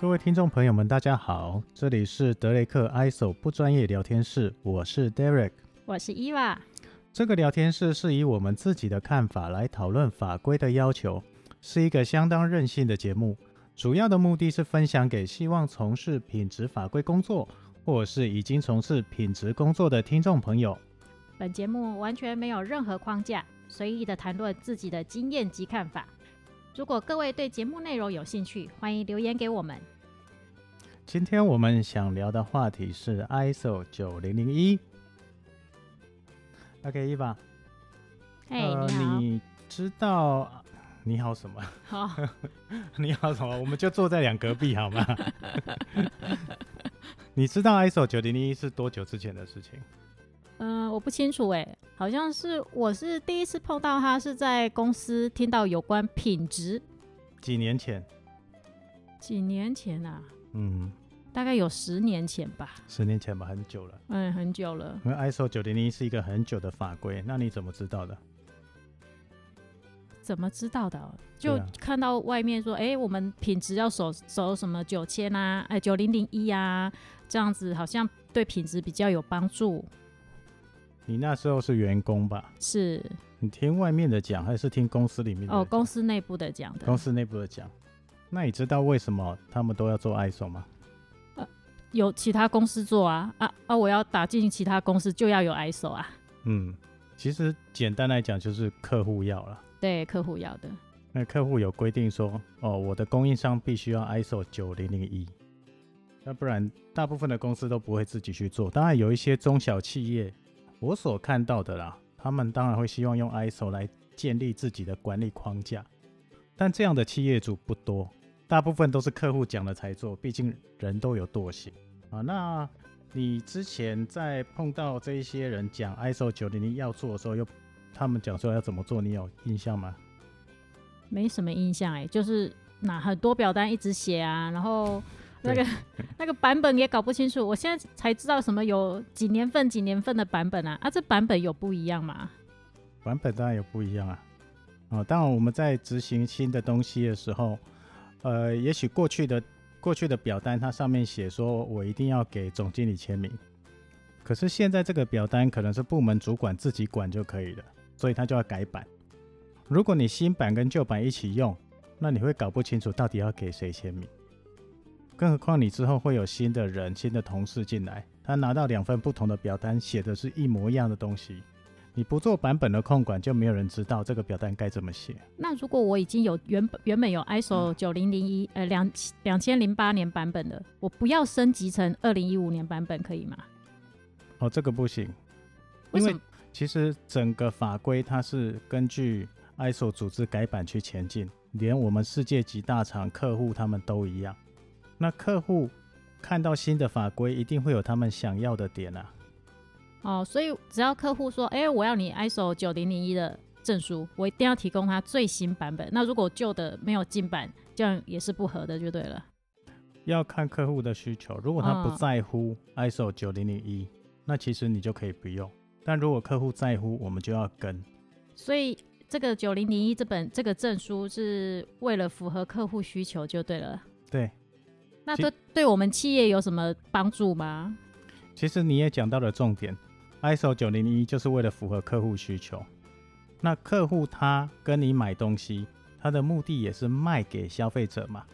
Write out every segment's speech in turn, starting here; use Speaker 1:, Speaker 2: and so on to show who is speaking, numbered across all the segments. Speaker 1: 各位听众朋友们，大家好，这里是德雷克 ISO 不专业聊天室，我是 Derek。
Speaker 2: 我是伊娃。
Speaker 1: 这个聊天室是以我们自己的看法来讨论法规的要求，是一个相当任性的节目。主要的目的是分享给希望从事品质法规工作，或是已经从事品质工作的听众朋友。
Speaker 2: 本节目完全没有任何框架，随意的谈论自己的经验及看法。如果各位对节目内容有兴趣，欢迎留言给我们。
Speaker 1: 今天我们想聊的话题是 ISO 九零零一。OK，伊娃，
Speaker 2: 嘿、
Speaker 1: 呃，
Speaker 2: 哎你
Speaker 1: 你知道啊你好什么？
Speaker 2: 好，好，
Speaker 1: 你好什么？我们就坐在两隔壁好吗？ 你知道 ISO 九零零一是多久之前的事情？
Speaker 2: 嗯、我不清楚哎、好像是我是第一次碰到他是在公司听到有关品质，
Speaker 1: 几年前？
Speaker 2: 几年前啊，
Speaker 1: 嗯，
Speaker 2: 大概有十年前吧，
Speaker 1: 十年前吧，很久了。
Speaker 2: 嗯，很久了。
Speaker 1: 因为 ISO 九零零一是一个很久的法规，那你怎么知道的？
Speaker 2: 怎么知道的哦？就
Speaker 1: 对啊
Speaker 2: 看到外面说，哎、我们品质要守守什么九千啊，哎九零零一啊，这样子好像对品质比较有帮助。
Speaker 1: 你那时候是员工吧？
Speaker 2: 是
Speaker 1: 你听外面的讲，还是听公司里面的
Speaker 2: 哦，
Speaker 1: 讲
Speaker 2: 公司内部的讲的，
Speaker 1: 公司内部的讲？那你知道为什么他们都要做 ISO 吗？
Speaker 2: 有其他公司做啊啊啊！我要打进其他公司就要有 ISO 啊，
Speaker 1: 嗯，其实简单来讲就是客户要了。
Speaker 2: 对客户要的。
Speaker 1: 那客户有规定说，哦，我的供应商必须要 ISO 九零零一，要不然大部分的公司都不会自己去做。当然有一些中小企业，我所看到的啦，他们当然会希望用 ISO 来建立自己的管理框架，但这样的企业主不多，大部分都是客户讲了才做，毕竟人都有惰性啊。那你之前在碰到这一些人讲 ISO 九零零要做的时候，又他们讲说要怎么做，你有印象吗？
Speaker 2: 没什么印象哎、就是拿很多表单一直写啊，然后 那个那个版本也搞不清楚。我现在才知道什么有几年份几年份的版本啊啊，这版本有不一样吗？
Speaker 1: 版本当然有不一样啊。啊，当然我们在执行新的东西的时候，呃，也许过去的过去的表单它上面写说我一定要给总经理签名，可是现在这个表单可能是部门主管自己管就可以了，所以他就要改版。如果你新版跟旧版一起用，那你会搞不清楚到底要给谁签名。更何况你之后会有新的人、新的同事进来，他拿到两份不同的表单，写的是一模一样的东西，你不做版本的控管，就没有人知道这个表单该怎么写。
Speaker 2: 那如果我已经有原本原本有
Speaker 1: 嗯
Speaker 2: ISO 九零零一呃两两千零八年版本的，我不要升级成二零一五年版本可以吗？
Speaker 1: 哦，这个不行，因
Speaker 2: 为什
Speaker 1: 为
Speaker 2: 么？
Speaker 1: 其实整个法规它是根据 ISO 组织改版去前进，连我们世界级大厂客户他们都一样。那客户看到新的法规，一定会有他们想要的点啊。
Speaker 2: 哦，所以只要客户说，哎、我要你 ISO 九零零一的证书，我一定要提供他最新版本。那如果旧的没有进版，这样也是不合的，就对了。
Speaker 1: 要看客户的需求，如果他不
Speaker 2: 嗯
Speaker 1: 在乎 ISO 九零零一，那其实你就可以不用。但如果客户在乎，我们就要跟。
Speaker 2: 所以这个九零零一这本这个证书是为了符合客户需求，就对了。
Speaker 1: 对，
Speaker 2: 那
Speaker 1: 其
Speaker 2: 对对我们企业有什么帮助吗？
Speaker 1: 其实你也讲到了重点，ISO 九零零一就是为了符合客户需求。那客户他跟你买东西，他的目的也是卖给消费者嘛，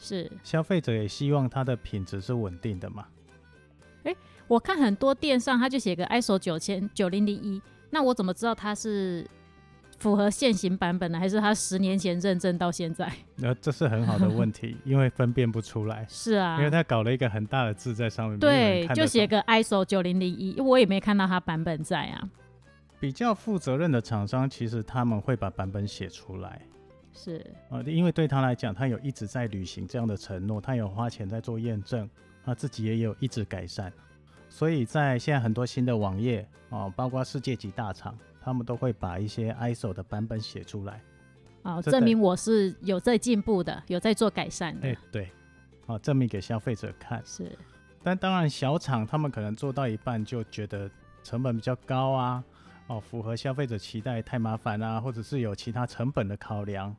Speaker 2: 是
Speaker 1: 消费者也希望它的品质是稳定的嘛。
Speaker 2: 我看很多店上他就写个 ISO 九千九零零一，那我怎么知道它是符合现行版本呢？还是它十年前认证到现在？
Speaker 1: 呃，这是很好的问题，因为分辨不出来，
Speaker 2: 是啊，
Speaker 1: 因为他搞了一个很大的字在上面，没有人
Speaker 2: 对，
Speaker 1: 看得
Speaker 2: 就写
Speaker 1: 懂
Speaker 2: 个 ISO 九零零一，我也没看到它版本在啊。
Speaker 1: 比较负责任的厂商，其实他们会把版本写出来。
Speaker 2: 是，
Speaker 1: 呃，因为对他来讲，他有一直在履行这样的承诺，他有花钱在做验证，他自己也有一直改善，所以在现在很多新的网页啊、哦包括世界级大厂，他们都会把一些 ISO 的版本写出来。
Speaker 2: 哦，
Speaker 1: 这
Speaker 2: 证
Speaker 1: 代
Speaker 2: 明我是有在进步的，有在做改善的。
Speaker 1: 哎、对，啊、证明给消费者看。
Speaker 2: 是，
Speaker 1: 但当然，小厂他们可能做到一半就觉得成本比较高啊，哦，符合消费者期待太麻烦啊，或者是有其他成本的考量，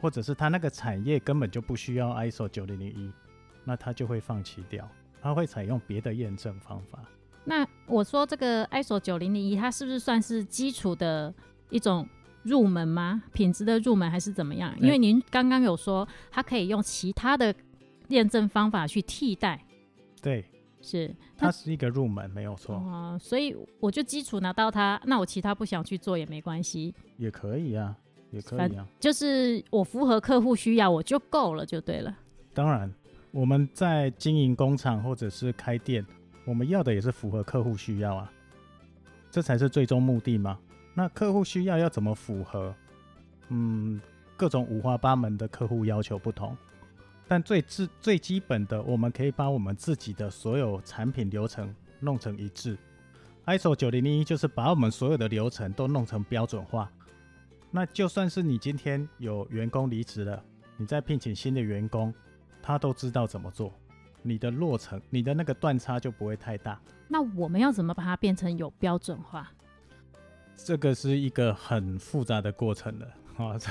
Speaker 1: 或者是他那个产业根本就不需要 ISO 九零零一，那他就会放弃掉，他会采用别的验证方法。
Speaker 2: 那我说这个 ISO 九零零一，它是不是算是基础的一种入门吗？品质的入门还是怎么样？因为您刚刚有说它可以用其他的验证方法去替代，
Speaker 1: 对，
Speaker 2: 是
Speaker 1: 它是一个入门，没有错，
Speaker 2: 哦、所以我就基础拿到它，那我其他不想去做也没关系，
Speaker 1: 也可以啊，也可以啊。
Speaker 2: 就是我符合客户需要我就够了，就对了。
Speaker 1: 当然，我们在经营工厂或者是开店，我们要的也是符合客户需要啊，这才是最终目的嘛。那客户需要要怎么符合？嗯，各种五花八门的客户要求不同，但最至最基本的，我们可以把我们自己的所有产品流程弄成一致。ISO 九零零一就是把我们所有的流程都弄成标准化。那就算是你今天有员工离职了，你再聘请新的员工，他都知道怎么做，你的落程、你的那个断差就不会太大。
Speaker 2: 那我们要怎么把它变成有标准化？
Speaker 1: 这个是一个很复杂的过程了 啊，这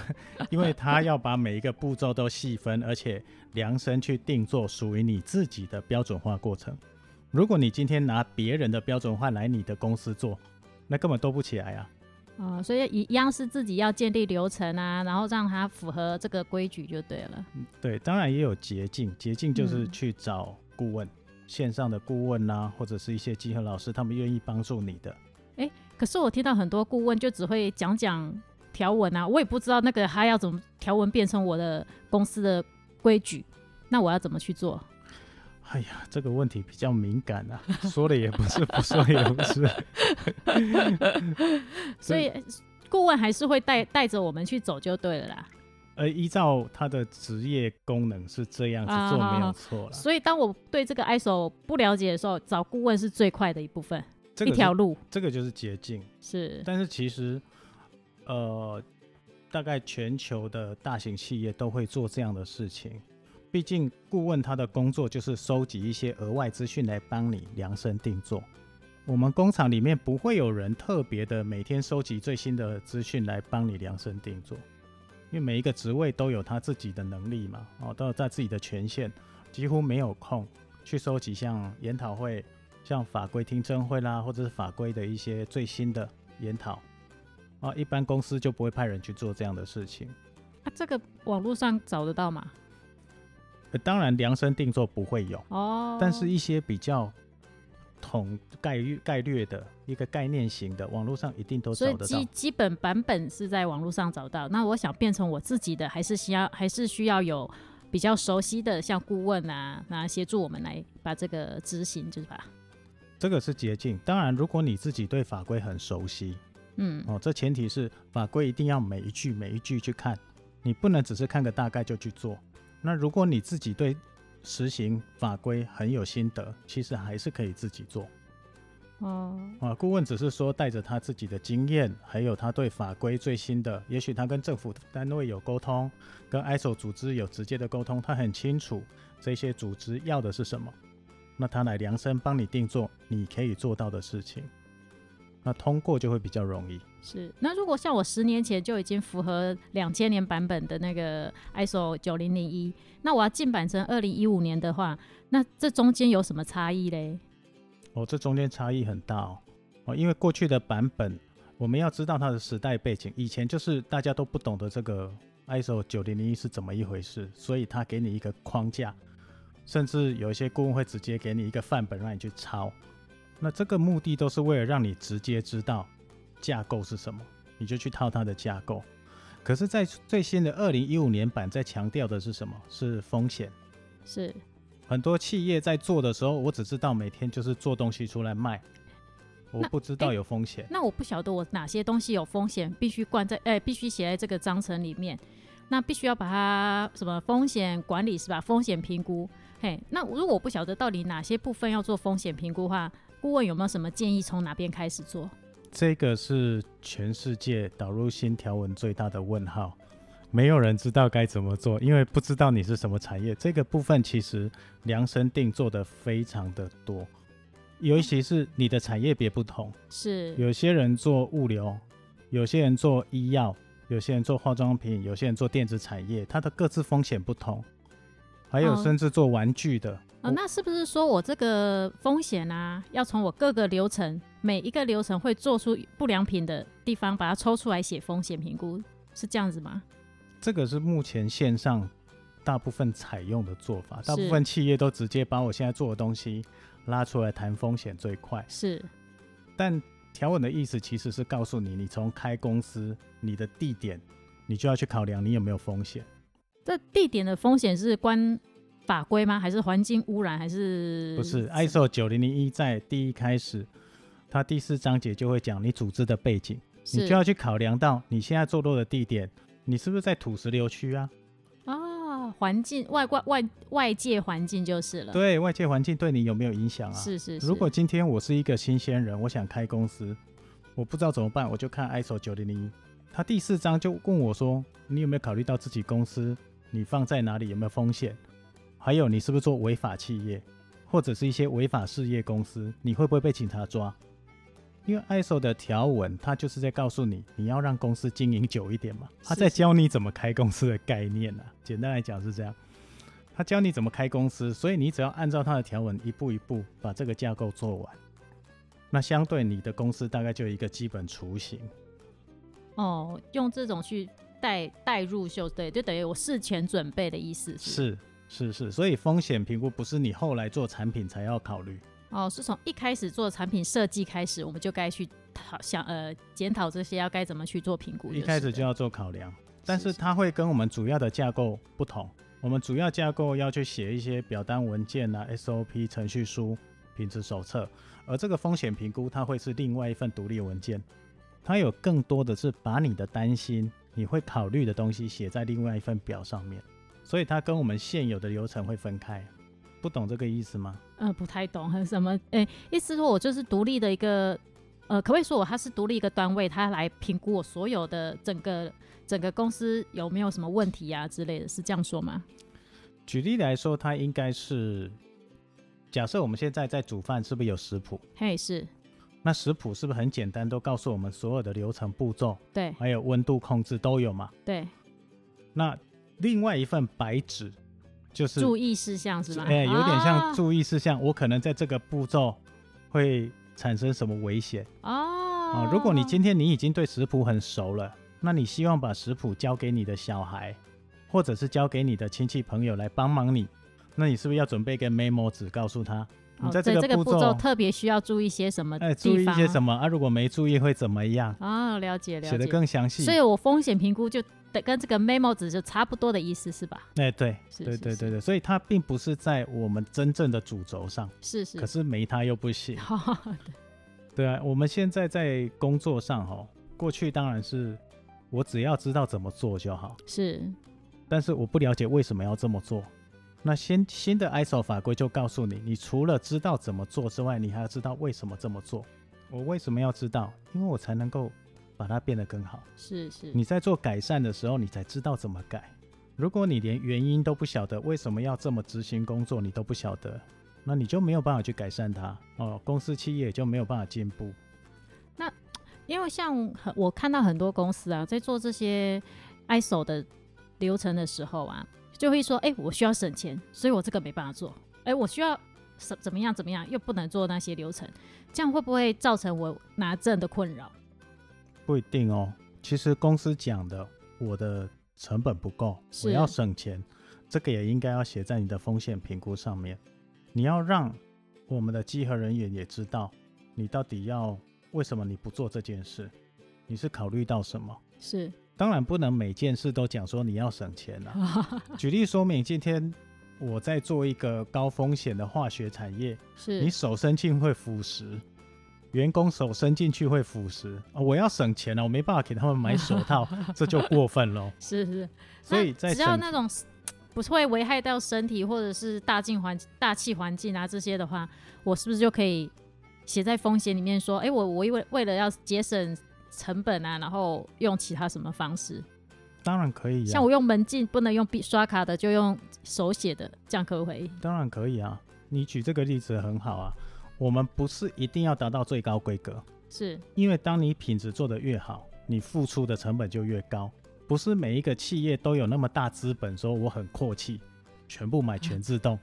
Speaker 1: 因为他要把每一个步骤都细分，而且量身去定做属于你自己的标准化过程。如果你今天拿别人的标准化来你的公司做，那根本都不起来啊。
Speaker 2: 啊、所以一样是自己要建立流程啊，然后让它符合这个规矩就对了。
Speaker 1: 对，当然也有捷径，捷径就是
Speaker 2: 嗯
Speaker 1: 去找顾问，线上的顾问呐、或者是一些集合老师，他们愿意帮助你的。
Speaker 2: 可是我听到很多顾问就只会讲讲条文啊，我也不知道那个他要怎么条文变成我的公司的规矩，那我要怎么去做？
Speaker 1: 哎呀，这个问题比较敏感啊， 说了也不是， 不说也不是。
Speaker 2: 所以顾问还是会带带着我们去走就对了啦。
Speaker 1: 呃，依照他的职业功能是这样子做，
Speaker 2: 啊
Speaker 1: 没有错了。
Speaker 2: 所以当我对这个 ISO 不了解的时候，找顾问是最快的一部分，
Speaker 1: 这
Speaker 2: 一
Speaker 1: 个
Speaker 2: 条
Speaker 1: 是
Speaker 2: 路
Speaker 1: 这个就是捷径，
Speaker 2: 是
Speaker 1: 但是其实，呃，大概全球的大型企业都会做这样的事情。毕竟，顾问他的工作就是收集一些额外资讯来帮你量身定做。我们工厂里面不会有人特别的每天收集最新的资讯来帮你量身定做，因为每一个职位都有他自己的能力嘛，哦，都有在自己的权限，几乎没有空去收集像研讨会、像法规听证会啦，或者是法规的一些最新的研讨啊，一般公司就不会派人去做这样的事情。
Speaker 2: 啊，这个网络上找得到吗？
Speaker 1: 呃当然，量身定做不会有，
Speaker 2: 哦，
Speaker 1: 但是一些比较统概率概略的一个概念型的，网络上一定都
Speaker 2: 所
Speaker 1: 找
Speaker 2: 以
Speaker 1: 得
Speaker 2: 基
Speaker 1: 到。
Speaker 2: 基本版本是在网络上找到。那我想变成我自己的，还是需要还是需要有比较熟悉的，像顾问啊，那协助我们来把这个执行，就是吧？
Speaker 1: 这个是捷径。当然，如果你自己对法规很熟悉
Speaker 2: 嗯，
Speaker 1: 哦，这前提是法规一定要每一句每一句去看，你不能只是看个大概就去做。那如果你自己对实行法规很有心得，其实还是可以自己做。
Speaker 2: 哦，
Speaker 1: 啊，顾问只是说带着他自己的经验，还有他对法规最新的，也许他跟政府单位有沟通，跟 ISO 组织有直接的沟通，他很清楚这些组织要的是什么，那他来量身帮你定做你可以做到的事情，那通过就会比较容易。
Speaker 2: 是。那如果像我十年前就已经符合两千年版本的那个 ISO 九零零一，那我要进版成二零一五年的话，那这中间有什么差异嘞？
Speaker 1: 哦，这中间差异很大哦。哦，因为过去的版本，我们要知道它的时代背景，以前就是大家都不懂得这个 ISO 九零零一是怎么一回事，所以它给你一个框架，甚至有一些顾问会直接给你一个范本让你去抄。那这个目的都是为了让你直接知道架构是什么，你就去套它的架构。可是，在最新的二零一五年版在强调的是什么？是风险。
Speaker 2: 是
Speaker 1: 很多企业在做的时候，我只知道每天就是做东西出来卖，我
Speaker 2: 那
Speaker 1: 不知道有风险。
Speaker 2: 那我不晓得我哪些东西有风险，必须灌在，哎、必须写在这个章程里面。那必须要把它什么风险管理是吧？风险评估，嘿，那如果我不晓得到底哪些部分要做风险评估的话，顾问有没有什么建议从哪边开始做？
Speaker 1: 这个是全世界导入新条文最大的问号，没有人知道该怎么做，因为不知道你是什么产业。这个部分其实量身定做的非常的多，尤其是你的产业别不同，
Speaker 2: 是
Speaker 1: 有些人做物流，有些人做医药，有些人做化妆品，有些人做电子产业，它的各自风险不同。还有
Speaker 2: 哦
Speaker 1: 甚至做玩具的，
Speaker 2: 哦，那是不是说我这个风险啊，要从我各个流程每一个流程会做出不良品的地方，把它抽出来写风险评估，是这样子吗？
Speaker 1: 这个是目前线上大部分采用的做法，大部
Speaker 2: 是
Speaker 1: 分企业都直接把我现在做的东西拉出来谈风险最快。
Speaker 2: 是
Speaker 1: 但条文的意思其实是告诉你，你从开公司，你的地点，你就要去考量你有没有风险。
Speaker 2: 这地点的风险是关法规吗？还是环境污染？还嗯是
Speaker 1: 不是啊 ISO 九零零一在第一开始，它第四章节就会讲你组织的背景，
Speaker 2: 是
Speaker 1: 你就要去考量到你现在坐落的地点，你是不是在土石流区啊？
Speaker 2: 啊，环境外外外外界环境就是了。
Speaker 1: 对外界环境对你有没有影响啊？
Speaker 2: 是是是。
Speaker 1: 如果今天我是一个新鲜人，我想开公司，我不知道怎么办，我就看 ISO 九零零一，他第四章就问我说，你有没有考虑到自己公司你放在哪里有没有风险，还有你是不是做违法企业，或者是一些违法事业公司，你会不会被警察抓？因为 ISO 的条文，它就是在告诉你，你要让公司经营久一点嘛，它
Speaker 2: 是
Speaker 1: 在
Speaker 2: 是
Speaker 1: 教你怎么开公司的概念啊。简单来讲是这样，他教你怎么开公司，所以你只要按照他的条文一步一步把这个架构做完，那相对你的公司大概就有一个基本雏形。
Speaker 2: 哦，用这种去带带入秀，对，就等于我事前准备的意思是
Speaker 1: 是是是，所以风险评估不是你后来做产品才要考虑，
Speaker 2: 哦，是从一开始做产品设计开始，我们就该去讨想呃检讨这些要该怎么去做评估是
Speaker 1: 一
Speaker 2: 了，
Speaker 1: 开始就要做考量。但
Speaker 2: 是
Speaker 1: 是它会跟我们主要的架构不同。我们主要架构要去写一些表单文件啊、SOP 程序书、品质手册，而这个风险评估它会是另外一份独立文件，它有更多的是把你的担心、你会考虑的东西写在另外一份表上面，所以它跟我们现有的流程会分开。不懂这个意思吗？
Speaker 2: 呃不太懂 很什么，哎、意思是说我就是独立的一个呃，可不可以说我它是独立一个单位，它来评估我所有的整个整个公司有没有什么问题啊之类的，是这样说吗？
Speaker 1: 举例来说，它应该是假设我们现在在煮饭，是不是有食谱？
Speaker 2: 嘿，是
Speaker 1: 那食谱是不是很简单，都告诉我们所有的流程步骤？
Speaker 2: 对
Speaker 1: 还有温度控制都有嘛。
Speaker 2: 对，
Speaker 1: 那另外一份白纸就是，
Speaker 2: 注意事项是吧？
Speaker 1: 哎、有点像
Speaker 2: 啊
Speaker 1: 注意事项，我可能在这个步骤会产生什么危险啊、
Speaker 2: 哦，
Speaker 1: 如果你今天你已经对食谱很熟了，那你希望把食谱交给你的小孩，或者是交给你的亲戚朋友来帮忙你，那你是不是要准备一个 memo 纸告诉他，
Speaker 2: 哦
Speaker 1: 你在
Speaker 2: 在
Speaker 1: 这
Speaker 2: 这
Speaker 1: 个步
Speaker 2: 个步
Speaker 1: 骤
Speaker 2: 骤特别需要注意些什么地
Speaker 1: 哎、
Speaker 2: 方？
Speaker 1: 注意一些什么啊？如果没注意会怎么样？
Speaker 2: 啊、哦？了解了
Speaker 1: 写
Speaker 2: 解
Speaker 1: 得。更详细
Speaker 2: 所。以我风险评估就得跟这个 memo 值就差不多的意思是吧？
Speaker 1: 哎、对，
Speaker 2: 是
Speaker 1: 对
Speaker 2: 是
Speaker 1: 对
Speaker 2: 是
Speaker 1: 对对，所以它并不是在我们真正的主轴上。
Speaker 2: 是是。
Speaker 1: 可，是没他又不行
Speaker 2: 好，
Speaker 1: 对啊，我们现在在工作上哦，过去当然是我只要知道怎么做就好，
Speaker 2: 是
Speaker 1: 但是我不了解为什么要这么做。那新新的 ISO 法规就告诉你，你除了知道怎么做之外，你还要知道为什么这么做。我为什么要知道？因为我才能够把它变得更好。
Speaker 2: 是是，
Speaker 1: 你在做改善的时候，你才知道怎么改。如果你连原因都不晓得，为什么要这么执行工作，你都不晓得，那你就没有办法去改善它哦，公司企业也就没有办法进步。
Speaker 2: 因为像很我看到很多公司啊，在做这些 ISO 的流程的时候啊，就会说，哎、我需要省钱，所以我这个没办法做，哎、我需要。怎怎么样怎么样，又不能做那些流程，这样会不会造成我拿证的困扰？
Speaker 1: 不一定哦。其实公司讲的，我的成本不够，
Speaker 2: 是
Speaker 1: 我要省钱，这个也应该要写在你的风险评估上面。你要让我们的稽核人员也知道，你到底要为什么你不做这件事，你是考虑到什么。
Speaker 2: 是，
Speaker 1: 当然不能每件事都讲说你要省钱啦、 举例说明，今天我在做一个高风险的化学产业，
Speaker 2: 是
Speaker 1: 你手伸进会腐蚀，员工手伸进去会腐蚀、啊我要省钱了、我没办法给他们买手 套，这就过分喽。
Speaker 2: 是是，
Speaker 1: 所以
Speaker 2: 那
Speaker 1: 在
Speaker 2: 只要
Speaker 1: 省
Speaker 2: 那种不是会危害到身体或者是大境环大气环境啊这些的话，我是不是就可以写在风险里面说，哎、我我为为了要节省成本啊，然后用其他什么方式，
Speaker 1: 当然可以啊
Speaker 2: 像，我用门禁不能用笔刷卡的，就用手写的，这样可不可以？
Speaker 1: 当然可以啊。你举这个例子很好啊。我们不是一定要达到最高规格，
Speaker 2: 是
Speaker 1: 因为当你品质做得越好，你付出的成本就越高。不是每一个企业都有那么大资本，说我很阔气，全部买全自动。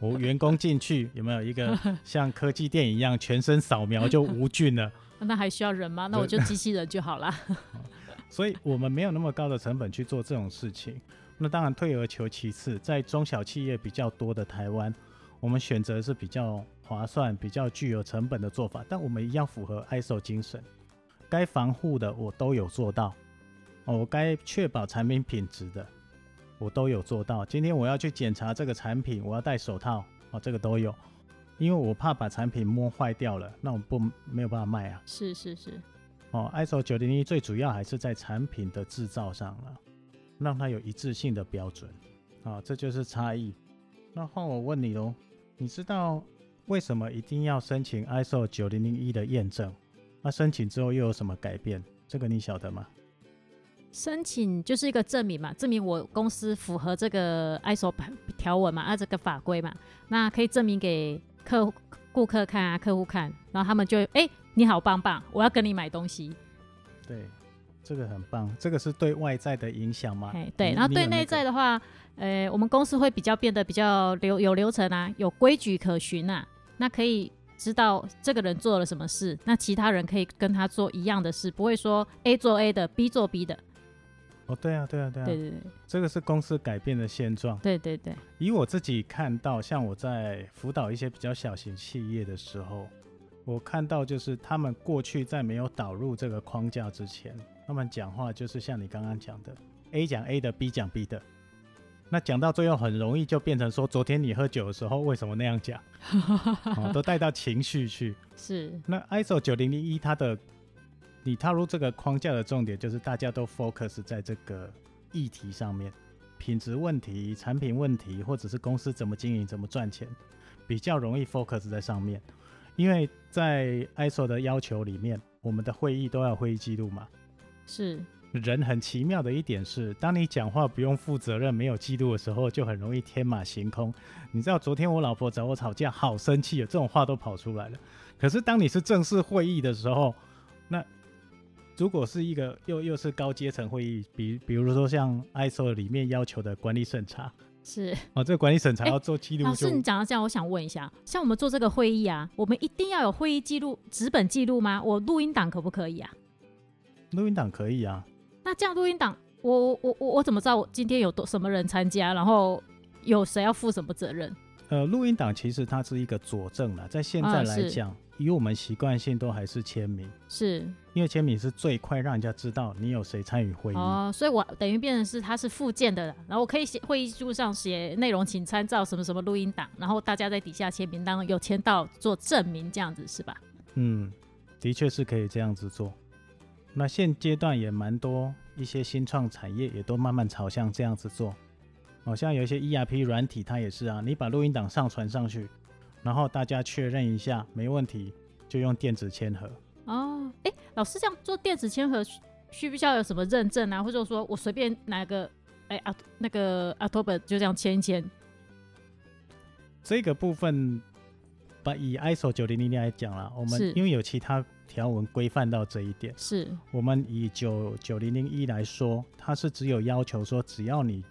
Speaker 1: 我员工进去有没有一个像科技店一样全身扫描就无菌了？
Speaker 2: 那还需要人吗？那我就机器人就好啦。
Speaker 1: 所以我们没有那么高的成本去做这种事情。那当然，退而求其次，在中小企业比较多的台湾，我们选择是比较划算、比较具有成本的做法，但我们一样符合 ISO 精神，该防护的我都有做到，哦，我该确保产品品质的我都有做到。今天我要去检查这个产品，我要戴手套，哦，这个都有，因为我怕把产品摸坏掉了，那我不没有办法卖啊。
Speaker 2: 是是是，
Speaker 1: 哦，ISO 九零一最主要还是在产品的制造上了，让它有一致性的标准啊，这就是差异。那换我问你喽，你知道为什么一定要申请 ISO 九零零一的验证？那申请之后又有什么改变？这个你晓得吗？
Speaker 2: 申请就是一个证明嘛，证明我公司符合这个 ISO 条文嘛，啊这个法规嘛，那可以证明给客户顾客看啊，客户看，然后他们就哎、诶你好棒棒，我要跟你买东西。
Speaker 1: 对，这个很棒，这个是对外在的影响吗？
Speaker 2: 哎，对，
Speaker 1: 你
Speaker 2: 然后
Speaker 1: 你
Speaker 2: 对
Speaker 1: 有那
Speaker 2: 内
Speaker 1: 个
Speaker 2: 在的话，呃，我们公司会比较变得比较流有流程啊，有规矩可循啊，那可以知道这个人做了什么事，那其他人可以跟他做一样的事，不会说 A 做 A 的，B 做 B 的，
Speaker 1: 哦，对啊，对啊，对啊，
Speaker 2: 对对
Speaker 1: 这个是公司改变的现状。
Speaker 2: 对对对对，
Speaker 1: 以我自己看到，像我在辅导一些比较小型企业的时候，我看到就是他们过去在没有导入这个框架之前，他们讲话就是像你刚刚讲的，A 讲 A 的，B 讲 B 的，那讲到最后很容易就变成说，昨天你喝酒的时候为什么那样讲，哦、都带到情绪去。
Speaker 2: 是
Speaker 1: 那 ISO 九零零一它的你踏入这个框架的重点就是大家都 focus 在这个议题上面，品质问题、产品问题，或者是公司怎么经营、怎么赚钱，比较容易 focus 在上面。因为在 ISO 的要求里面，我们的会议都要有会议记录嘛。
Speaker 2: 是，
Speaker 1: 人很奇妙的一点是，当你讲话不用负责任、没有记录的时候，就很容易天马行空。你知道，昨天我老婆找我吵架，好生气啊，这种话都跑出来了。可是当你是正式会议的时候，那如果是一个又又是高阶层会议，比比如说像 ISO 里面要求的管理审查，
Speaker 2: 是。
Speaker 1: 哦，这个管理审查
Speaker 2: 哎
Speaker 1: 要做记录
Speaker 2: 老
Speaker 1: 就
Speaker 2: 师，你讲到这样，我想问一下，像我们做这个会议啊，我们一定要有会议记录、纸本记录吗？我录音档可不可以啊？
Speaker 1: 录音档可以啊，
Speaker 2: 那这样录音档，我我我我怎么知道我今天有多什么人参加，然后有谁要负什么责任？
Speaker 1: 呃，录音档其实它是一个佐证啦，在现在
Speaker 2: 啊
Speaker 1: 来
Speaker 2: 是
Speaker 1: 讲，以我们习惯性都还是签名。
Speaker 2: 是
Speaker 1: 因为签名是最快让人家知道你有谁参与会议。
Speaker 2: 哦，所以我等于变成是它是附件的，然后我可以写会议记录上写内容，请参照什么什么录音档，然后大家在底下签名，当有签到做证明，这样子是吧？
Speaker 1: 嗯，的确是可以这样子做。那现阶段也蛮多一些新创产业也都慢慢朝向这样子做。好、像有一些 ERP 软体，它也是啊，你把录音档上传上去，然后大家确认一下没问题，就用电子签合。
Speaker 2: 哦，哎，老师这样做电子签合需需不需要有什么认证啊？或者说我随便拿个哎啊那个阿托本就这样签一签？
Speaker 1: 这个部分，把以 ISO 九零零来讲啦，我
Speaker 2: 是
Speaker 1: 们因为有其他条文规范到这一点。
Speaker 2: 是
Speaker 1: 我们以九九零零一来说，它是只有要求说，只要你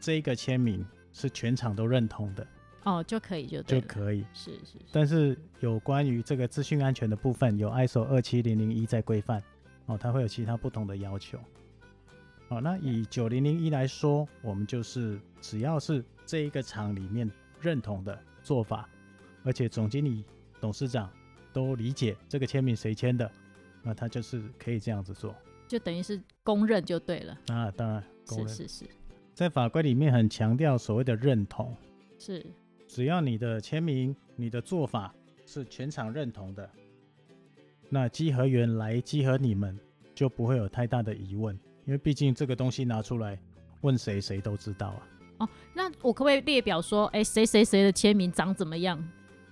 Speaker 1: 这一个签名是全场都认同的
Speaker 2: 哦，就可以就对
Speaker 1: 就
Speaker 2: 了，
Speaker 1: 可以。
Speaker 2: 是是是，
Speaker 1: 但是有关于这个资讯安全的部分，有 ISO 二七零零一在规范哦，它会有其他不同的要求。哦，那以九零零一来说，我们就是只要是这一个厂里面认同的做法，而且总经理、董事长都理解这个签名谁签的，那他就是可以这样子做。
Speaker 2: 就等于是公认就对了，
Speaker 1: 啊，当然，公
Speaker 2: 是
Speaker 1: 认
Speaker 2: 是是
Speaker 1: 在法规里面很强调所谓的认同，
Speaker 2: 是
Speaker 1: 只要你的签名、你的做法是全场认同的，那稽核员来稽核你们就不会有太大的疑问，因为毕竟这个东西拿出来问谁谁都知道啊。
Speaker 2: 哦。那我可不可以列表说，哎，谁谁谁的签名长怎么样？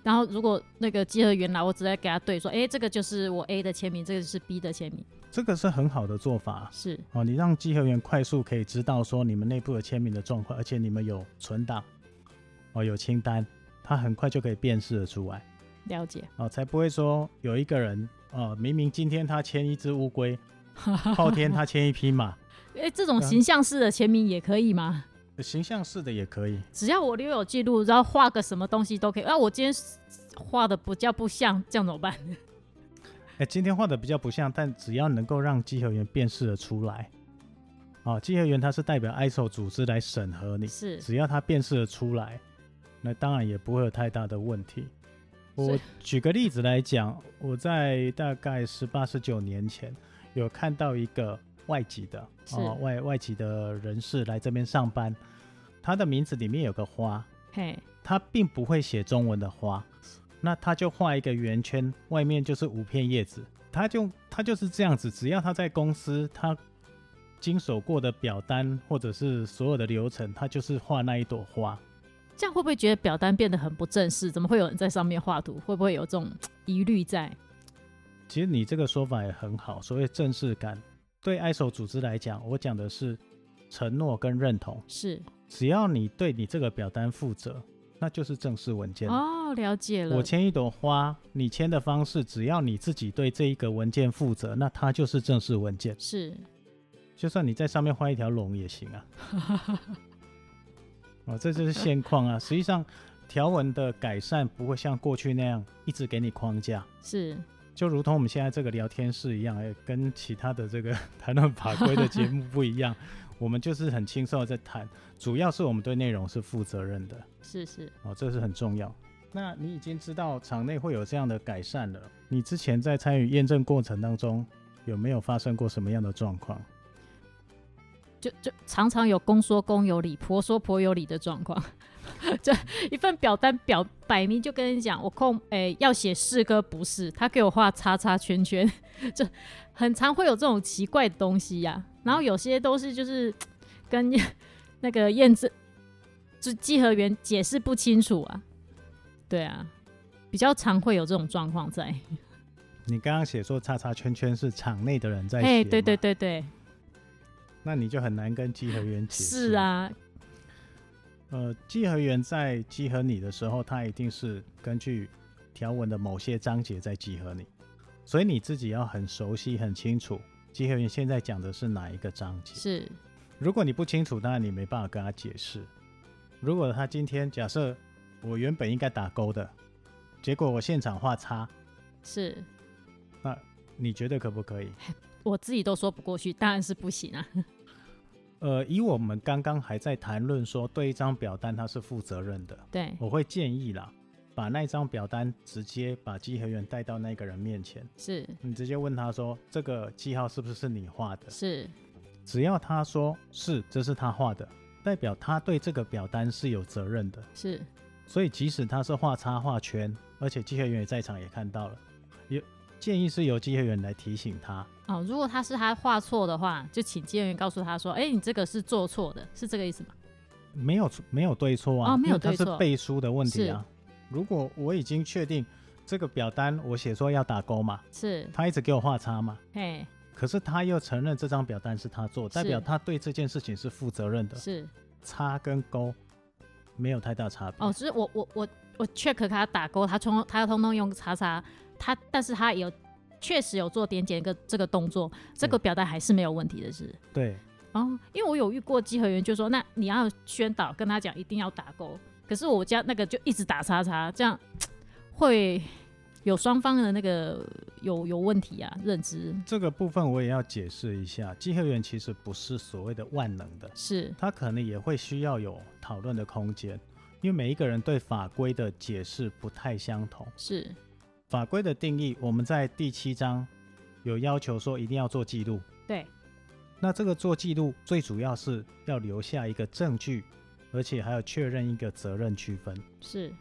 Speaker 2: 然后如果那个稽核员来，我直接给他对说，哎，这个就是我 A 的签名，这个就是 B 的签名，
Speaker 1: 这个是很好的做法
Speaker 2: 是
Speaker 1: 哦，你让稽核员快速可以知道说你们内部的签名的状况，而且你们有存档哦，有清单，他很快就可以辨识得出来。
Speaker 2: 了解。
Speaker 1: 哦，才不会说有一个人哦，明明今天他牵一只乌龟，后天他牵一匹马，
Speaker 2: 哎，这种
Speaker 1: 对啊
Speaker 2: 形象式的签名也可以吗？
Speaker 1: 形象式的也可以，
Speaker 2: 只要我留有记录，然后画个什么东西都可以。啊，我今天画的不叫不像，这样怎么办？
Speaker 1: 哎，今天画的比较不像，但只要能够让稽核员辨识的出来，哦，稽核员他是代表 ISO 组织来审核你，
Speaker 2: 是
Speaker 1: 只要他辨识的出来，那当然也不会有太大的问题。我
Speaker 2: 是
Speaker 1: 举个例子来讲，我在大概十八、十九年前有看到一个外籍的
Speaker 2: 是
Speaker 1: 哦，外外籍的人士来这边上班，他的名字里面有个花，
Speaker 2: 嘿，
Speaker 1: 他并不会写中文的花，那他就画一个圆圈，外面就是五片叶子。他就他就是这样子，只要他在公司，他经手过的表单或者是所有的流程，他就是画那一朵花。
Speaker 2: 这样会不会觉得表单变得很不正式？怎么会有人在上面画图？会不会有这种疑虑在？
Speaker 1: 其实你这个说法也很好，所谓正式感，对 ISO 组织来讲，我讲的是承诺跟认同。
Speaker 2: 是
Speaker 1: 只要你对你这个表单负责，那就是正式文件。
Speaker 2: 哦，了解了
Speaker 1: 我。签一朵花，你签的方式，只要你自己对这一个文件负责，那它就是正式文件。
Speaker 2: 是
Speaker 1: 就算你在上面画一条龙也行啊。哦，这就是现况啊。实际上，条文的改善不会像过去那样一直给你框架，
Speaker 2: 是，
Speaker 1: 就如同我们现在这个聊天室一样，哎，跟其他的这个 谈论法规的节目不一样，我们就是很轻松的在谈，主要是我们对内容是负责任的。
Speaker 2: 是是，
Speaker 1: 哦，这是很重要。那你已经知道场内会有这样的改善了，你之前在参与验证过程当中有没有发生过什么样的状况？
Speaker 2: 就就常常有公说公有理，婆说婆有理的状况。 这一份表单表摆明就跟你讲，我空诶、要写是跟不是，他给我画叉叉圈圈， 就很常会有这种奇怪的东西呀、然后有些都是就是跟那个验证就稽核员解释不清楚啊，对啊，比较常会有这种状况在。
Speaker 1: 你刚刚写说叉叉圈圈是场内的人在写，
Speaker 2: 哎、对对，对对，
Speaker 1: 那你就很难跟稽核员解释。
Speaker 2: 是，啊，
Speaker 1: 呃，稽核员在稽核你的时候，他一定是根据条文的某些章节在稽核你，所以你自己要很熟悉、很清楚稽核员现在讲的是哪一个章节。
Speaker 2: 是
Speaker 1: 如果你不清楚，当然你没办法跟他解释。如果他今天假设我原本应该打勾的，结果我现场画叉，
Speaker 2: 是，
Speaker 1: 你觉得可不可以？
Speaker 2: 我自己都说不过去，当然是不行啊。
Speaker 1: 呃，以我们刚刚还在谈论说对一张表单他是负责任的，
Speaker 2: 对，
Speaker 1: 我会建议啦，把那张表单直接把稽核员带到那个人面前，
Speaker 2: 是
Speaker 1: 你直接问他说这个记号是不是你画的？
Speaker 2: 是
Speaker 1: 只要他说是，这是他画的，代表他对这个表单是有责任的。
Speaker 2: 是
Speaker 1: 所以即使他是画叉画圈，而且稽核员也在场也看到了，有建议是由稽核员来提醒他。
Speaker 2: 哦。如果他是他画错的话，就请监员告诉他说：“哎、你这个是做错的，是这个意思吗
Speaker 1: 没有错没有对错啊，
Speaker 2: 哦没
Speaker 1: 因
Speaker 2: 有
Speaker 1: 为
Speaker 2: 对错
Speaker 1: 它是背书的问题啊。如果我已经确定这个表单我写说要打勾嘛，？”
Speaker 2: 是，
Speaker 1: 他一直给我画叉嘛，
Speaker 2: 嘿，
Speaker 1: 可是他又承认这张表单是他做，代表他对这件事情是负责任的。
Speaker 2: 是
Speaker 1: 叉跟勾没有太大差别。
Speaker 2: 哦，就是我我我我 check 给他打勾，他通他通通用叉叉，他但是他有确实有做点检个这个动作，这个
Speaker 1: 对
Speaker 2: 表达还是没有问题的是。
Speaker 1: 对，
Speaker 2: 哦，因为我有遇过稽核员，就说那你要宣导跟他讲一定要打勾，可是我家那个就一直打叉叉，这样会有双方的那个有有问题啊，认知
Speaker 1: 这个部分我也要解释一下，稽核员其实不是所谓的万能的。
Speaker 2: 是
Speaker 1: 他可能也会需要有讨论的空间，因为每一个人对法规的解释不太相同。
Speaker 2: 是
Speaker 1: 法规的定义，我们在第七章有要求说一定要做记录。
Speaker 2: 对
Speaker 1: 那这个做记录最主要是要留下一个证据，而且还要确认一个责任区分。
Speaker 2: 是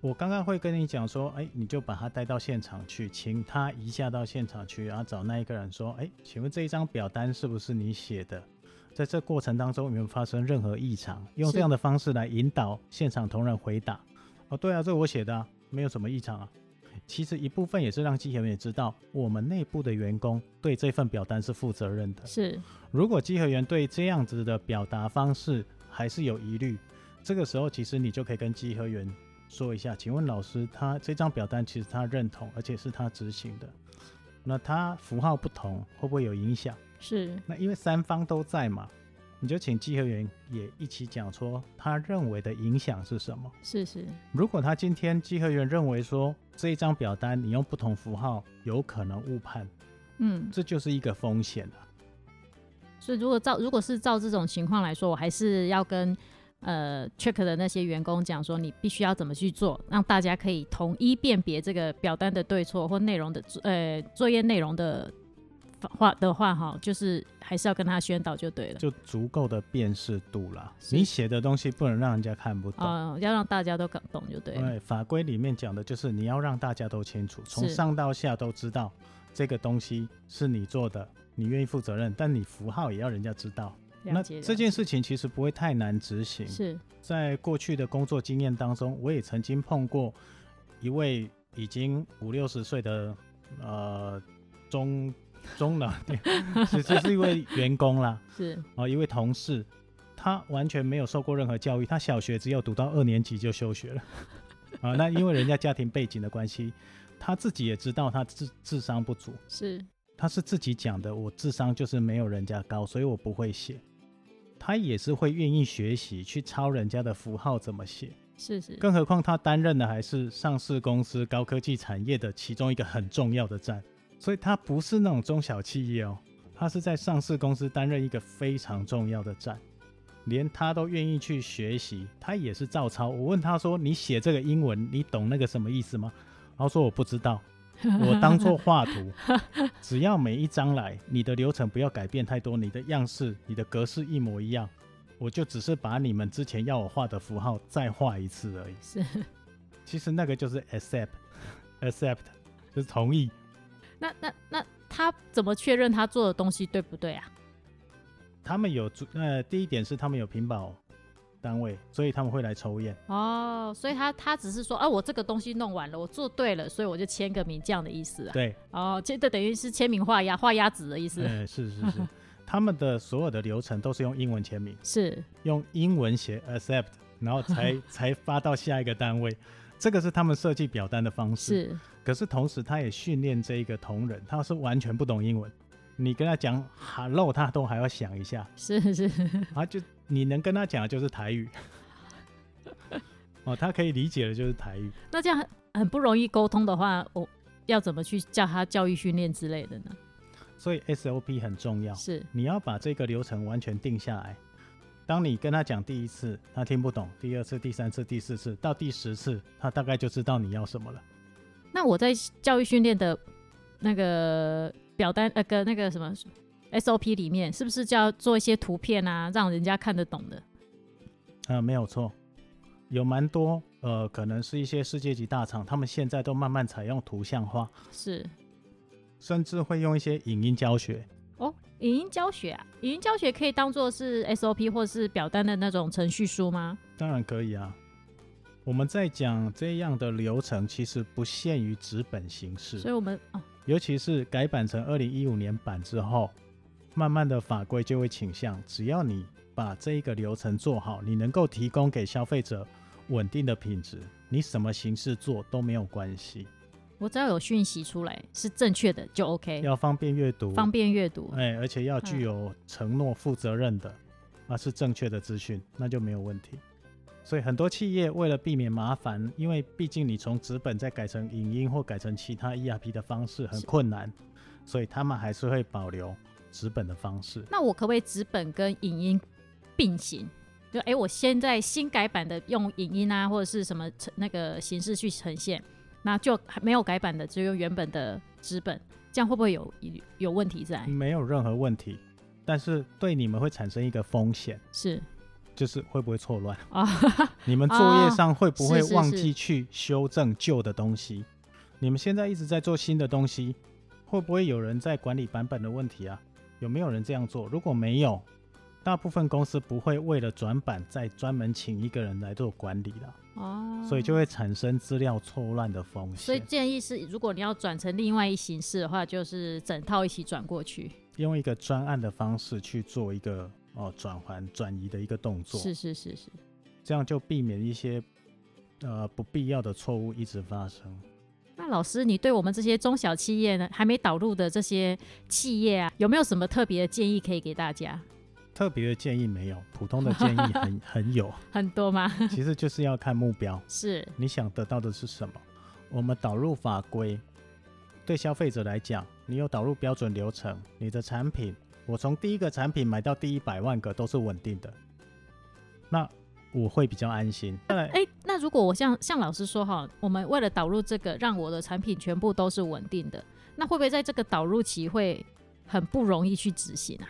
Speaker 1: 我刚刚会跟你讲说，哎，你就把他带到现场去，请他移驾到现场去，然后找那一个人说，哎，请问这一张表单是不是你写的？在这过程当中有没有发生任何异常？用
Speaker 2: 是
Speaker 1: 这样的方式来引导现场同仁回答。哦，对啊，这我写的、啊，没有什么异常啊。其实一部分也是让稽核员也知道，我们内部的员工对这份表单是负责任的。
Speaker 2: 是
Speaker 1: 如果稽核员对这样子的表达方式还是有疑虑，这个时候其实你就可以跟稽核员说一下，请问老师，他这张表单其实他认同，而且是他执行的，那他符号不同会不会有影响？
Speaker 2: 是
Speaker 1: 那因为三方都在嘛，你就请稽核员也一起讲说他认为的影响是什么。
Speaker 2: 是是，
Speaker 1: 如果他今天稽核员认为说这一张表单你用不同符号有可能误判，
Speaker 2: 嗯，
Speaker 1: 这就是一个风险了、
Speaker 2: 所以如果照如果是照这种情况来说，我还是要跟呃 check 的那些员工讲说，你必须要怎么去做，让大家可以统一辨别这个表单的对错或内容的呃作业内容的话的话哈，就是还是要跟他宣导就对了。
Speaker 1: 就足够的辨识度啦。
Speaker 2: 是
Speaker 1: 你写的东西不能让人家看不懂。
Speaker 2: 啊、要让大家都搞懂就对
Speaker 1: 因
Speaker 2: 了。
Speaker 1: 为法规里面讲的就是你要让大家都清楚，从
Speaker 2: 是
Speaker 1: 上到下都知道这个东西是你做的，你愿意负责任，但你符号也要人家知道。那
Speaker 2: 了解了
Speaker 1: 这件事情其实不会太难执行。
Speaker 2: 是
Speaker 1: 在过去的工作经验当中，我也曾经碰过一位已经五六十岁的呃中中老年， 其实是一位员工啦，
Speaker 2: 是
Speaker 1: 哦，一位同事，他完全没有受过任何教育，他小学只有读到二年级就休学了。啊，那因为人家家庭背景的关系，他自己也知道他智智商不足，
Speaker 2: 是
Speaker 1: 他是自己讲的，我智商就是没有人家高，所以我不会写。他也是会愿意学习去抄人家的符号怎么写，
Speaker 2: 是是
Speaker 1: 更何况他担任的还是上市公司高科技产业的其中一个很重要的站，所以他不是那种中小企业哦，他是在上市公司担任一个非常重要的站，连他都愿意去学习，他也是照抄。我问他说：“你写这个英文，你懂那个什么意思吗？”然后说：“我不知道，我当做画图。只要每一张来，你的流程不要改变太多，你的样式、你的格式一模一样。”我就只是把你们之前要我画的符号再画一次而已。
Speaker 2: 是。
Speaker 1: 其实那个就是 accept accept，就是同意。
Speaker 2: 那那那他怎么确认他做的东西对不对啊？
Speaker 1: 他们有主呃，第一点是他们有屏保单位，所以他们会来抽验。
Speaker 2: 哦，所以他他只是说啊，我这个东西弄完了，我做对了，所以我就签个名，这样的意思啊。
Speaker 1: 对，
Speaker 2: 哦，这这等于是签名画押画押纸的意思。
Speaker 1: 呃，是是 是，他们的所有的流程都是用英文签名，
Speaker 2: 是
Speaker 1: 用英文写 accept，然后才才发到下一个单位。这个是他们设计表单的方式。
Speaker 2: 是
Speaker 1: 可是同时他也训练这一个同仁，他是完全不懂英文，你跟他讲 hello，他都还要想一下。
Speaker 2: 是是
Speaker 1: 啊，就你能跟他讲的就是台语，哦，他可以理解的就是台语。
Speaker 2: 那这样很很不容易沟通的话，我要怎么去叫他教育训练之类的呢？
Speaker 1: 所以 SOP 很重要，
Speaker 2: 是
Speaker 1: 你要把这个流程完全定下来。当你跟他讲第一次，他听不懂；第二次、第三次、第四次，到第十次，他大概就知道你要什么了。
Speaker 2: 那我在教育训练的那个表单呃跟那个什么 SOP 里面，是不是就要做一些图片啊，让人家看得懂的？
Speaker 1: 嗯、没有错，有蛮多呃，可能是一些世界级大厂，他们现在都慢慢采用图像化，
Speaker 2: 是
Speaker 1: 甚至会用一些影音教学。
Speaker 2: 哦，语音教学啊，语音教学可以当做是 SOP 或是表单的那种程序书吗？
Speaker 1: 当然可以啊。我们在讲这样的流程，其实不限于纸本形
Speaker 2: 所
Speaker 1: 式，
Speaker 2: 以我们哦
Speaker 1: 尤其是改版成二零一五年版之后，慢慢的法规就会倾向，只要你把这一个流程做好，你能够提供给消费者稳定的品质，你什么形式做都没有关系，
Speaker 2: 我只要有讯息出来是正确的就 OK，
Speaker 1: 要方便阅读，
Speaker 2: 方便阅读。
Speaker 1: 哎，而且要具有承诺、负责任的，啊，是正确的资讯，那就没有问题。所以很多企业为了避免麻烦，因为毕竟你从纸本再改成影音或改成其他 ERP 的方式很
Speaker 2: 是
Speaker 1: 困难，所以他们还是会保留纸本的方式。
Speaker 2: 那我可不可以纸本跟影音并行？就哎、诶我现在新改版的用影音啊，或者是什么呈那个形式去呈现，那就还没有改版的就用原本的纸本，这样会不会有有问题在？
Speaker 1: 没有任何问题，但是对你们会产生一个风险，
Speaker 2: 是
Speaker 1: 就是会不会错乱？
Speaker 2: 啊，
Speaker 1: 你们作业
Speaker 2: 哦
Speaker 1: 上会不会
Speaker 2: 是是
Speaker 1: 忘
Speaker 2: 是
Speaker 1: 记去修正旧的东西？你们现在一直在做新的东西，会不会有人在管理版本的问题啊？有没有人这样做？如果没有，大部分公司不会为了转版再专门请一个人来做管理的，
Speaker 2: 哦，
Speaker 1: 所以就会产生资料错乱的风
Speaker 2: 所以
Speaker 1: 险。
Speaker 2: 建议是，如果你要转成另外一形式的话，就是整套一起转过去。
Speaker 1: 用一个专案的方式去做一个哦转换转移的一个动作，
Speaker 2: 是是是是，
Speaker 1: 这样就避免一些呃不必要的错误一直发生。
Speaker 2: 那老师，你对我们这些中小企业呢，还没导入的这些企业啊，有没有什么特别的建议可以给大家？
Speaker 1: 特别的建议没有，普通的建议很 很有，
Speaker 2: 很多吗？
Speaker 1: 其实就是要看目标，
Speaker 2: 是，
Speaker 1: 你想得到的是什么。我们导入法规，对消费者来讲，你有导入标准流程，你的产品，我从第一个产品买到第一百万个都是稳定的，那我会比较安心。再来，
Speaker 2: 哎、那如果我像像老师说哈，我们为了导入这个，让我的产品全部都是稳定的，那会不会在这个导入期会很不容易去执行啊？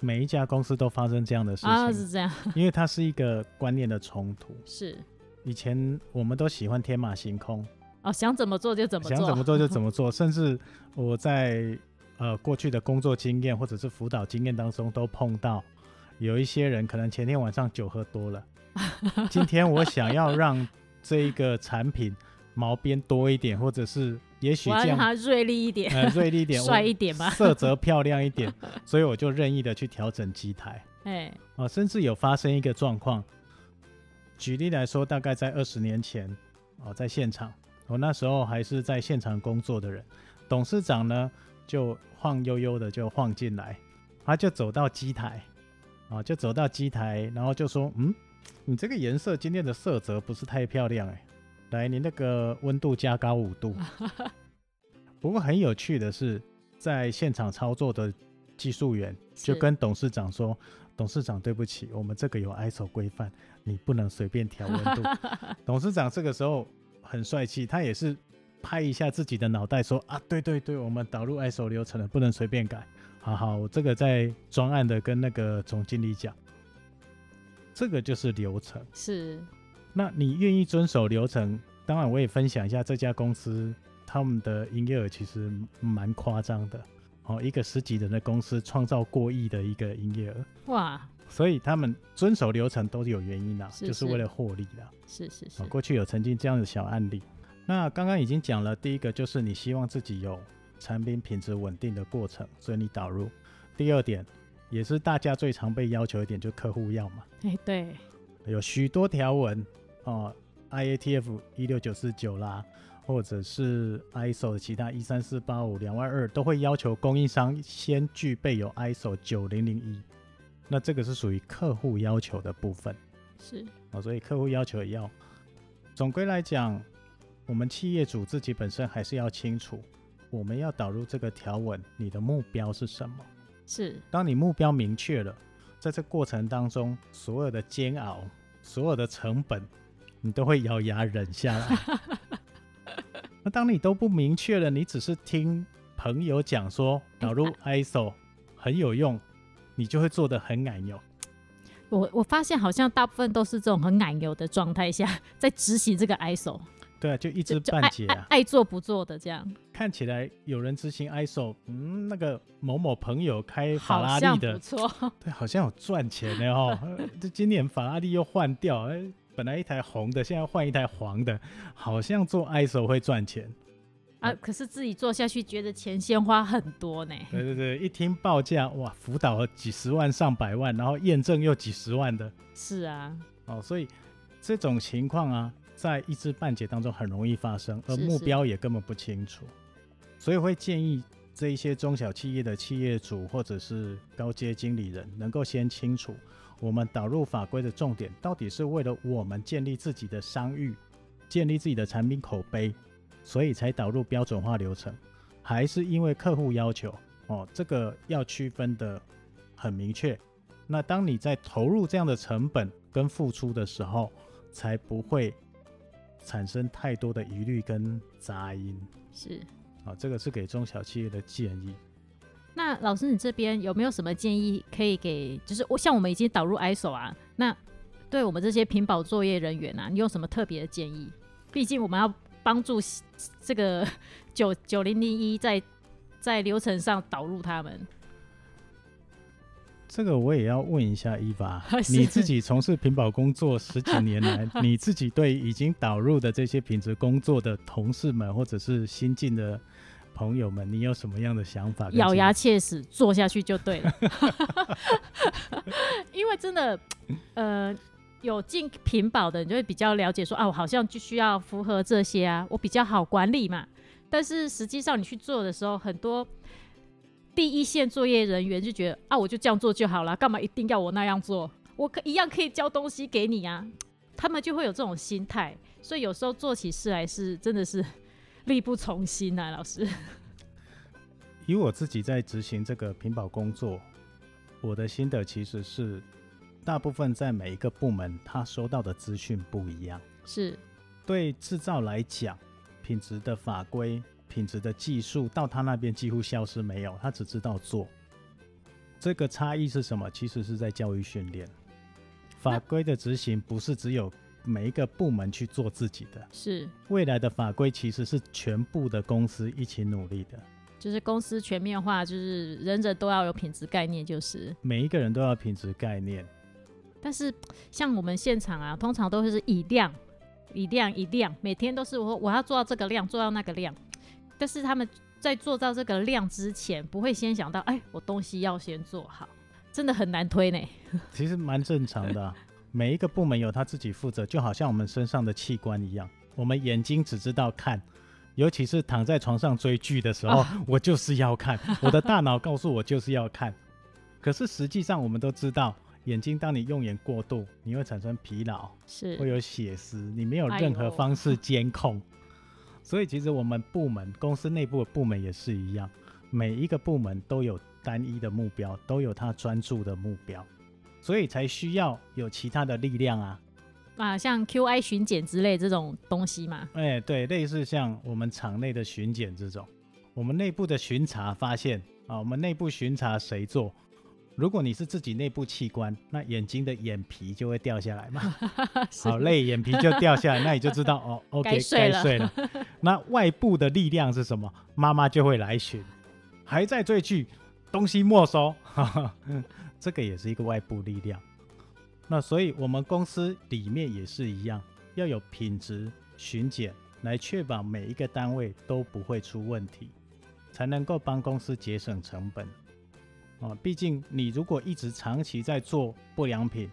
Speaker 1: 每一家公司都发生这样的事
Speaker 2: 啊，
Speaker 1: 情，
Speaker 2: 是这样，
Speaker 1: 因为它是一个观念的冲突。
Speaker 2: 是
Speaker 1: 以前我们都喜欢天马行空，
Speaker 2: 哦，想怎么做就怎么做，
Speaker 1: 想怎么做就怎么做，甚至我在呃过去的工作经验或者是辅导经验当中都碰到，有一些人可能前天晚上酒喝多了，今天我想要让这一个产品毛边多一点，或者是也许
Speaker 2: 我要
Speaker 1: 这
Speaker 2: 让
Speaker 1: 样
Speaker 2: 它锐利一点，
Speaker 1: 呃锐利一点、
Speaker 2: 帅
Speaker 1: 我
Speaker 2: 一点吧
Speaker 1: 色泽漂亮一点，所以我就任意的去调整机台
Speaker 2: 哎、
Speaker 1: 啊、呃甚至有发生一个状况，举例来说，大概在二十年前，哦，在现场，我那时候还是在现场工作的人，董事长呢就晃悠悠的就晃进来，他就走到机台，啊、就走到机台，然后就说，嗯，你这个颜色今天的色泽不是太漂亮哎、来，你那个温度加高五度。不过很有趣的是，在现场操作的技术员
Speaker 2: 是
Speaker 1: 就跟董事长说：“董事长，对不起，我们这个有 ISO 规范，你不能随便调温度。”董事长这个时候很帅气，他也是拍一下自己的脑袋说：“啊，对对对，我们导入 ISO 流程了，不能随便改。”好好，我这个在专案的跟那个总经理讲，这个就是流程。
Speaker 2: 是
Speaker 1: 那你愿意遵守流程？当然，我也分享一下这家公司他们的营业额其实蛮夸张的，哦，一个十几人的公司创造过亿的一个营业额，
Speaker 2: 哇，
Speaker 1: 所以他们遵守流程都是有原因啦，
Speaker 2: 是
Speaker 1: 就是
Speaker 2: 是
Speaker 1: 为了获利啦。
Speaker 2: 是是是
Speaker 1: 哦，，过去有曾经这样的小案例。那刚刚已经讲了，第一个就是你希望自己有产品品质稳定的过程，所以你导入。第二点也是大家最常被要求一点，就客户要嘛。
Speaker 2: 哎、对，
Speaker 1: 有许多条文哦，IATF 一六九四九啦，或者是 ISO 的其他一三四八五两万二都会要求供应商先具备有 ISO 九零零一，那这个是属于客户要求的部分
Speaker 2: 是
Speaker 1: 哦，所以客户要求也要。总归来讲，我们企业主自己本身还是要清楚，我们要导入这个条文，你的目标是什么？
Speaker 2: 是
Speaker 1: 当你目标明确了，在这过程当中，所有的煎熬、所有的成本，你都会咬牙忍下 来。那当你都不明确了，你只是听朋友讲说导 入 ISO 很有用，你就会做得很奶油。
Speaker 2: 我我发现好像大部分都是这种很奶油的状态下在执行这个 ISO，
Speaker 1: 对啊，就一知
Speaker 2: 就就
Speaker 1: 半
Speaker 2: 爱
Speaker 1: 解
Speaker 2: 爱
Speaker 1: 啊。
Speaker 2: 爱做不做的这样，
Speaker 1: 看起来有人执行 ISO，嗯，那个某某朋友开哎法
Speaker 2: 好
Speaker 1: 拉
Speaker 2: 像
Speaker 1: 利
Speaker 2: 不
Speaker 1: 的，
Speaker 2: 错，
Speaker 1: 对，好像有赚钱的哦。 呃这今年法拉利又换掉，哎，本来一台红的，现在换一台黄的，好像做 ISO 会赚钱。
Speaker 2: 啊，可是自己做下去，觉得钱先花很多呢。
Speaker 1: 对对对，一听报价，哇，辅导几十万、上百万，然后验证又几十万的
Speaker 2: 是啊，
Speaker 1: 哦，所以这种情况啊，在一知半解当中很容易发生，而
Speaker 2: 是
Speaker 1: 目
Speaker 2: 是
Speaker 1: 标也根本不清楚，所以会建议这一些中小企业的企业主或者是高阶经理人，能够先清楚我们导入法规的重点到底是为了我们建立自己的商誉，建立自己的产品口碑，所以才导入标准化流程，还是因为客户要求哦，这个要区分的很明确。那当你在投入这样的成本跟付出的时候，才不会产生太多的疑虑跟杂音
Speaker 2: 是。
Speaker 1: 啊。这个是给中小企业的建议。
Speaker 2: 那老师，你这边有没有什么建议可以给？就是我像我们已经导入 ISO 啊，那对我们这些屏保作业人员啊，你有什么特别的建议？毕竟我们要帮助这个九九零零一在在流程上导入他们。
Speaker 1: 这个我也要问一下伊
Speaker 2: ，
Speaker 1: 娃
Speaker 2: 是
Speaker 1: 你自己从事屏保工作十几年 来，你自己对已经导入的这些品质工作的同事们，或者是新进的朋友们，你有什么样的想法？
Speaker 2: 咬牙。切齿做下去就对了， 因为真的，呃，有进屏保的，你就会比较了解说啊，我好像就需要符合这些啊，我比较好管理嘛。但是实际上你去做的时候，很多第一线作业人员就觉得啊，我就这样做就好了，干嘛一定要我那样做？我可一样可以交东西给你啊。他们就会有这种心态，所以有时候做起事来是真的是力不从心啊，老师。
Speaker 1: 以我自己在执行这个屏保工作，我的心得其实是，大部分在每一个部门，他收到的资讯不一样。
Speaker 2: 是，
Speaker 1: 对制造来讲，品质的法规、品质的技术到他那边几乎消失没有，他只知道做。这个差异是什么？其实是在教育训练。法规的执行不是只有每一个部门去做自己的，
Speaker 2: 是，
Speaker 1: 未来的法规其实是全部的公司一起努力的，
Speaker 2: 就是公司全面化，就是人人都要有品质概念，就是。
Speaker 1: 每一个人都要品质概念。
Speaker 2: 但是像我们现场啊，通常都会是以量、以量、以量，每天都是我我要做到这个量，做到那个量。但是他们在做到这个量之前，不会先想到，哎，我东西要先做好，真的很难推呢。
Speaker 1: 其实蛮正常的啊、每一个部门有他自己负责，就好像我们身上的器官一样，我们眼睛只知道看，尤其是躺在床上追剧的时候， 我就是要看，我的大脑告诉我就是要看。可是实际上我们都知道，眼睛当你用眼过度，你会产生疲劳，
Speaker 2: 是，
Speaker 1: 会有血丝，你没有
Speaker 2: 哎
Speaker 1: 任何
Speaker 2: 呦
Speaker 1: 方式监控。所以其实我们部门、公司内部的部门也是一样，每一个部门都有单一的目标，都有他专注的目标，所以才需要有其他的力量啊。
Speaker 2: 啊，像 QI 巡检之类这种东西嘛，
Speaker 1: 哎，对，类似像我们场内的巡检这种，我们内部的巡查发现啊，我们内部巡查谁做？如果你是自己内部器官，那眼睛的眼皮就会掉下来 嘛。好累，眼皮就掉下来，那你就知道哦，OK，
Speaker 2: 该睡了
Speaker 1: 了。那外部的力量是什么？妈妈就会来巡，还在追剧，东西没收， 哈哈，这个也是一个外部力量。那所以我们公司里面也是一样，要有品质巡检来确保每一个单位都不会出问题，才能够帮公司节省成本。啊，毕竟你如果一直长期在做不良品，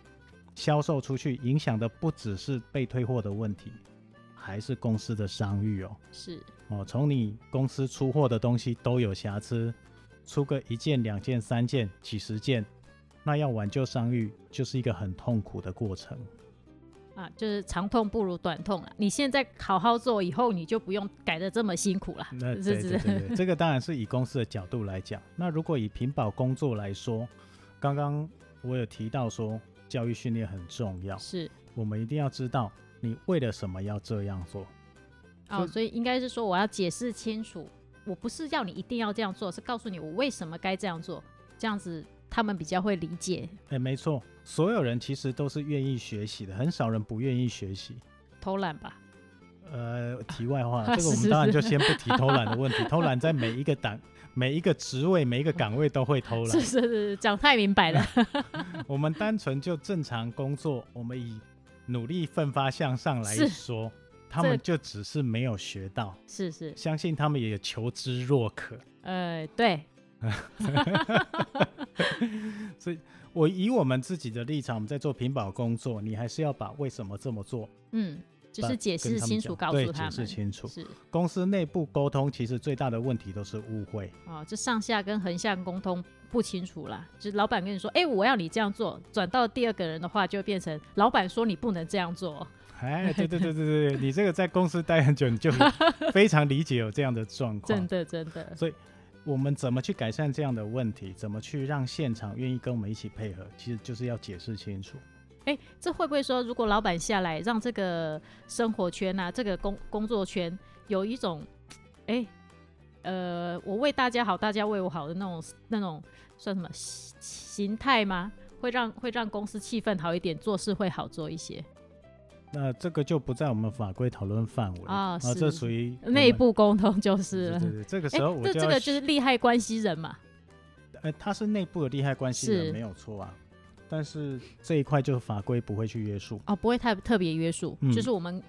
Speaker 1: 销售出去，影响的不只是被退货的问题，还是公司的商誉哦。
Speaker 2: 是
Speaker 1: 哦，从你公司出货的东西都有瑕疵，出个一件、两件、三件、几十件，那要挽救商誉，就是一个很痛苦的过程。
Speaker 2: 啊，就是长痛不如短痛了。你现在好好做，以后你就不用改的这么辛苦了。
Speaker 1: 那
Speaker 2: 是
Speaker 1: 对
Speaker 2: 是
Speaker 1: 对对对，这个当然是以公司的角度来讲。那如果以屏保工作来说，刚刚我有提到说教育训练很重要，
Speaker 2: 是
Speaker 1: 我们一定要知道你为了什么要这样做。
Speaker 2: 哦，所以应该是说我要解释清楚，我不是要你一定要这样做，是告诉你我为什么该这样做，这样子他们比较会理解。
Speaker 1: 哎，没错，所有人其实都是愿意学习的，很少人不愿意学习。
Speaker 2: 偷懒吧，
Speaker 1: 呃，题外 话，这个我
Speaker 2: 是
Speaker 1: 们
Speaker 2: 是
Speaker 1: 当然
Speaker 2: 是
Speaker 1: 就先不提偷懒的问题。偷懒在每一个档、每一个职位、每一个岗位都会偷
Speaker 2: 是
Speaker 1: 懒。
Speaker 2: 是是，讲太明白 了。
Speaker 1: 我们单纯就正常工作，我们以努力奋发向上来
Speaker 2: 是
Speaker 1: 说，他
Speaker 2: 这
Speaker 1: 们就只是没有学到，
Speaker 2: 是是，
Speaker 1: 相信他们也求知若渴。
Speaker 2: 呃，对，
Speaker 1: 我以我们自己的立场，我们在做屏保工作，你还是要把为什么这么做，
Speaker 2: 嗯，就
Speaker 1: 把
Speaker 2: 是解
Speaker 1: 跟
Speaker 2: 释
Speaker 1: 他们
Speaker 2: 清
Speaker 1: 讲
Speaker 2: 楚，告
Speaker 1: 对
Speaker 2: 诉他们
Speaker 1: 解释清楚。
Speaker 2: 是
Speaker 1: 公司内部沟通其实最大的问题都是误会。
Speaker 2: 哦，这上下跟横向沟通不清楚啦。就是老板跟你说，哎、我要你这样做，转到第二个人的话，就变成老板说你不能这样做。
Speaker 1: 哎，对对对对对对，你这个在公司待很久，你 就非常理解有这样的状
Speaker 2: 真
Speaker 1: 况。
Speaker 2: 的，真的，
Speaker 1: 我们怎么去改善这样的问题？怎么去让现场愿意跟我们一起配合？其实就是要解释清楚。
Speaker 2: 哎、这会不会说，如果老板下来，让这个生活圈啊，这个工工作圈有一种，哎、呃，我为大家好，大家为我好的那种那种算什么形形态吗？会让会让公司气氛好一点，做事会好做一些。
Speaker 1: 那这个就不在我们法规讨论范围
Speaker 2: 啊是
Speaker 1: 这属于我们
Speaker 2: 内。部沟通就是
Speaker 1: 嗯对
Speaker 2: 了。
Speaker 1: 对对，这个
Speaker 2: 哎、
Speaker 1: 时候我
Speaker 2: 这
Speaker 1: 就
Speaker 2: 这
Speaker 1: 要
Speaker 2: 个就是利害关系人嘛。
Speaker 1: 呃，他是内部的利害关系人
Speaker 2: 是
Speaker 1: 没有错啊，但是这一块就法规不会去约束。
Speaker 2: 哦，不会太特别约束，
Speaker 1: 嗯
Speaker 2: 就是我们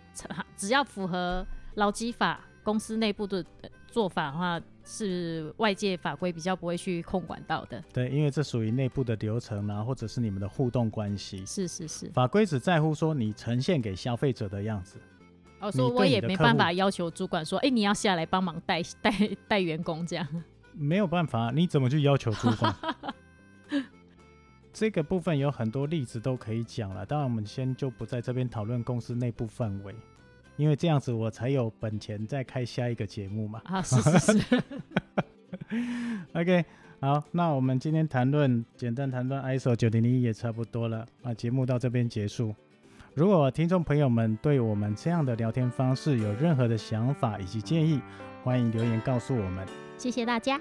Speaker 2: 只要符合劳基法公司内部的呃做法的话，是外界法规比较不会去控管到的。
Speaker 1: 对，因为这属于内部的流程啊，或者是你们的互动关系。
Speaker 2: 是是是，
Speaker 1: 法规只在乎说你呈现给消费者的样子。
Speaker 2: 哦，所以
Speaker 1: 你
Speaker 2: 我
Speaker 1: 对
Speaker 2: 也
Speaker 1: 你的
Speaker 2: 没
Speaker 1: 客
Speaker 2: 办
Speaker 1: 户
Speaker 2: 法要求主管说，哎、你要下来帮忙带带带员工这样。
Speaker 1: 没有办法，你怎么去要求主管？ 这个部分有很多例子都可以讲了，当然我们先就不在这边讨论公司内部范围，因为这样子我才有本钱再开下一个节目 嘛。
Speaker 2: 啊，是是是，
Speaker 1: OK，好，那我们今天谈论简单谈论 ISO 九零零也差不多了啊，节目到这边结束。如果听众朋友们对我们这样的聊天方式有任何的想法以及建议，欢迎留言告诉我们。
Speaker 2: 谢谢大家。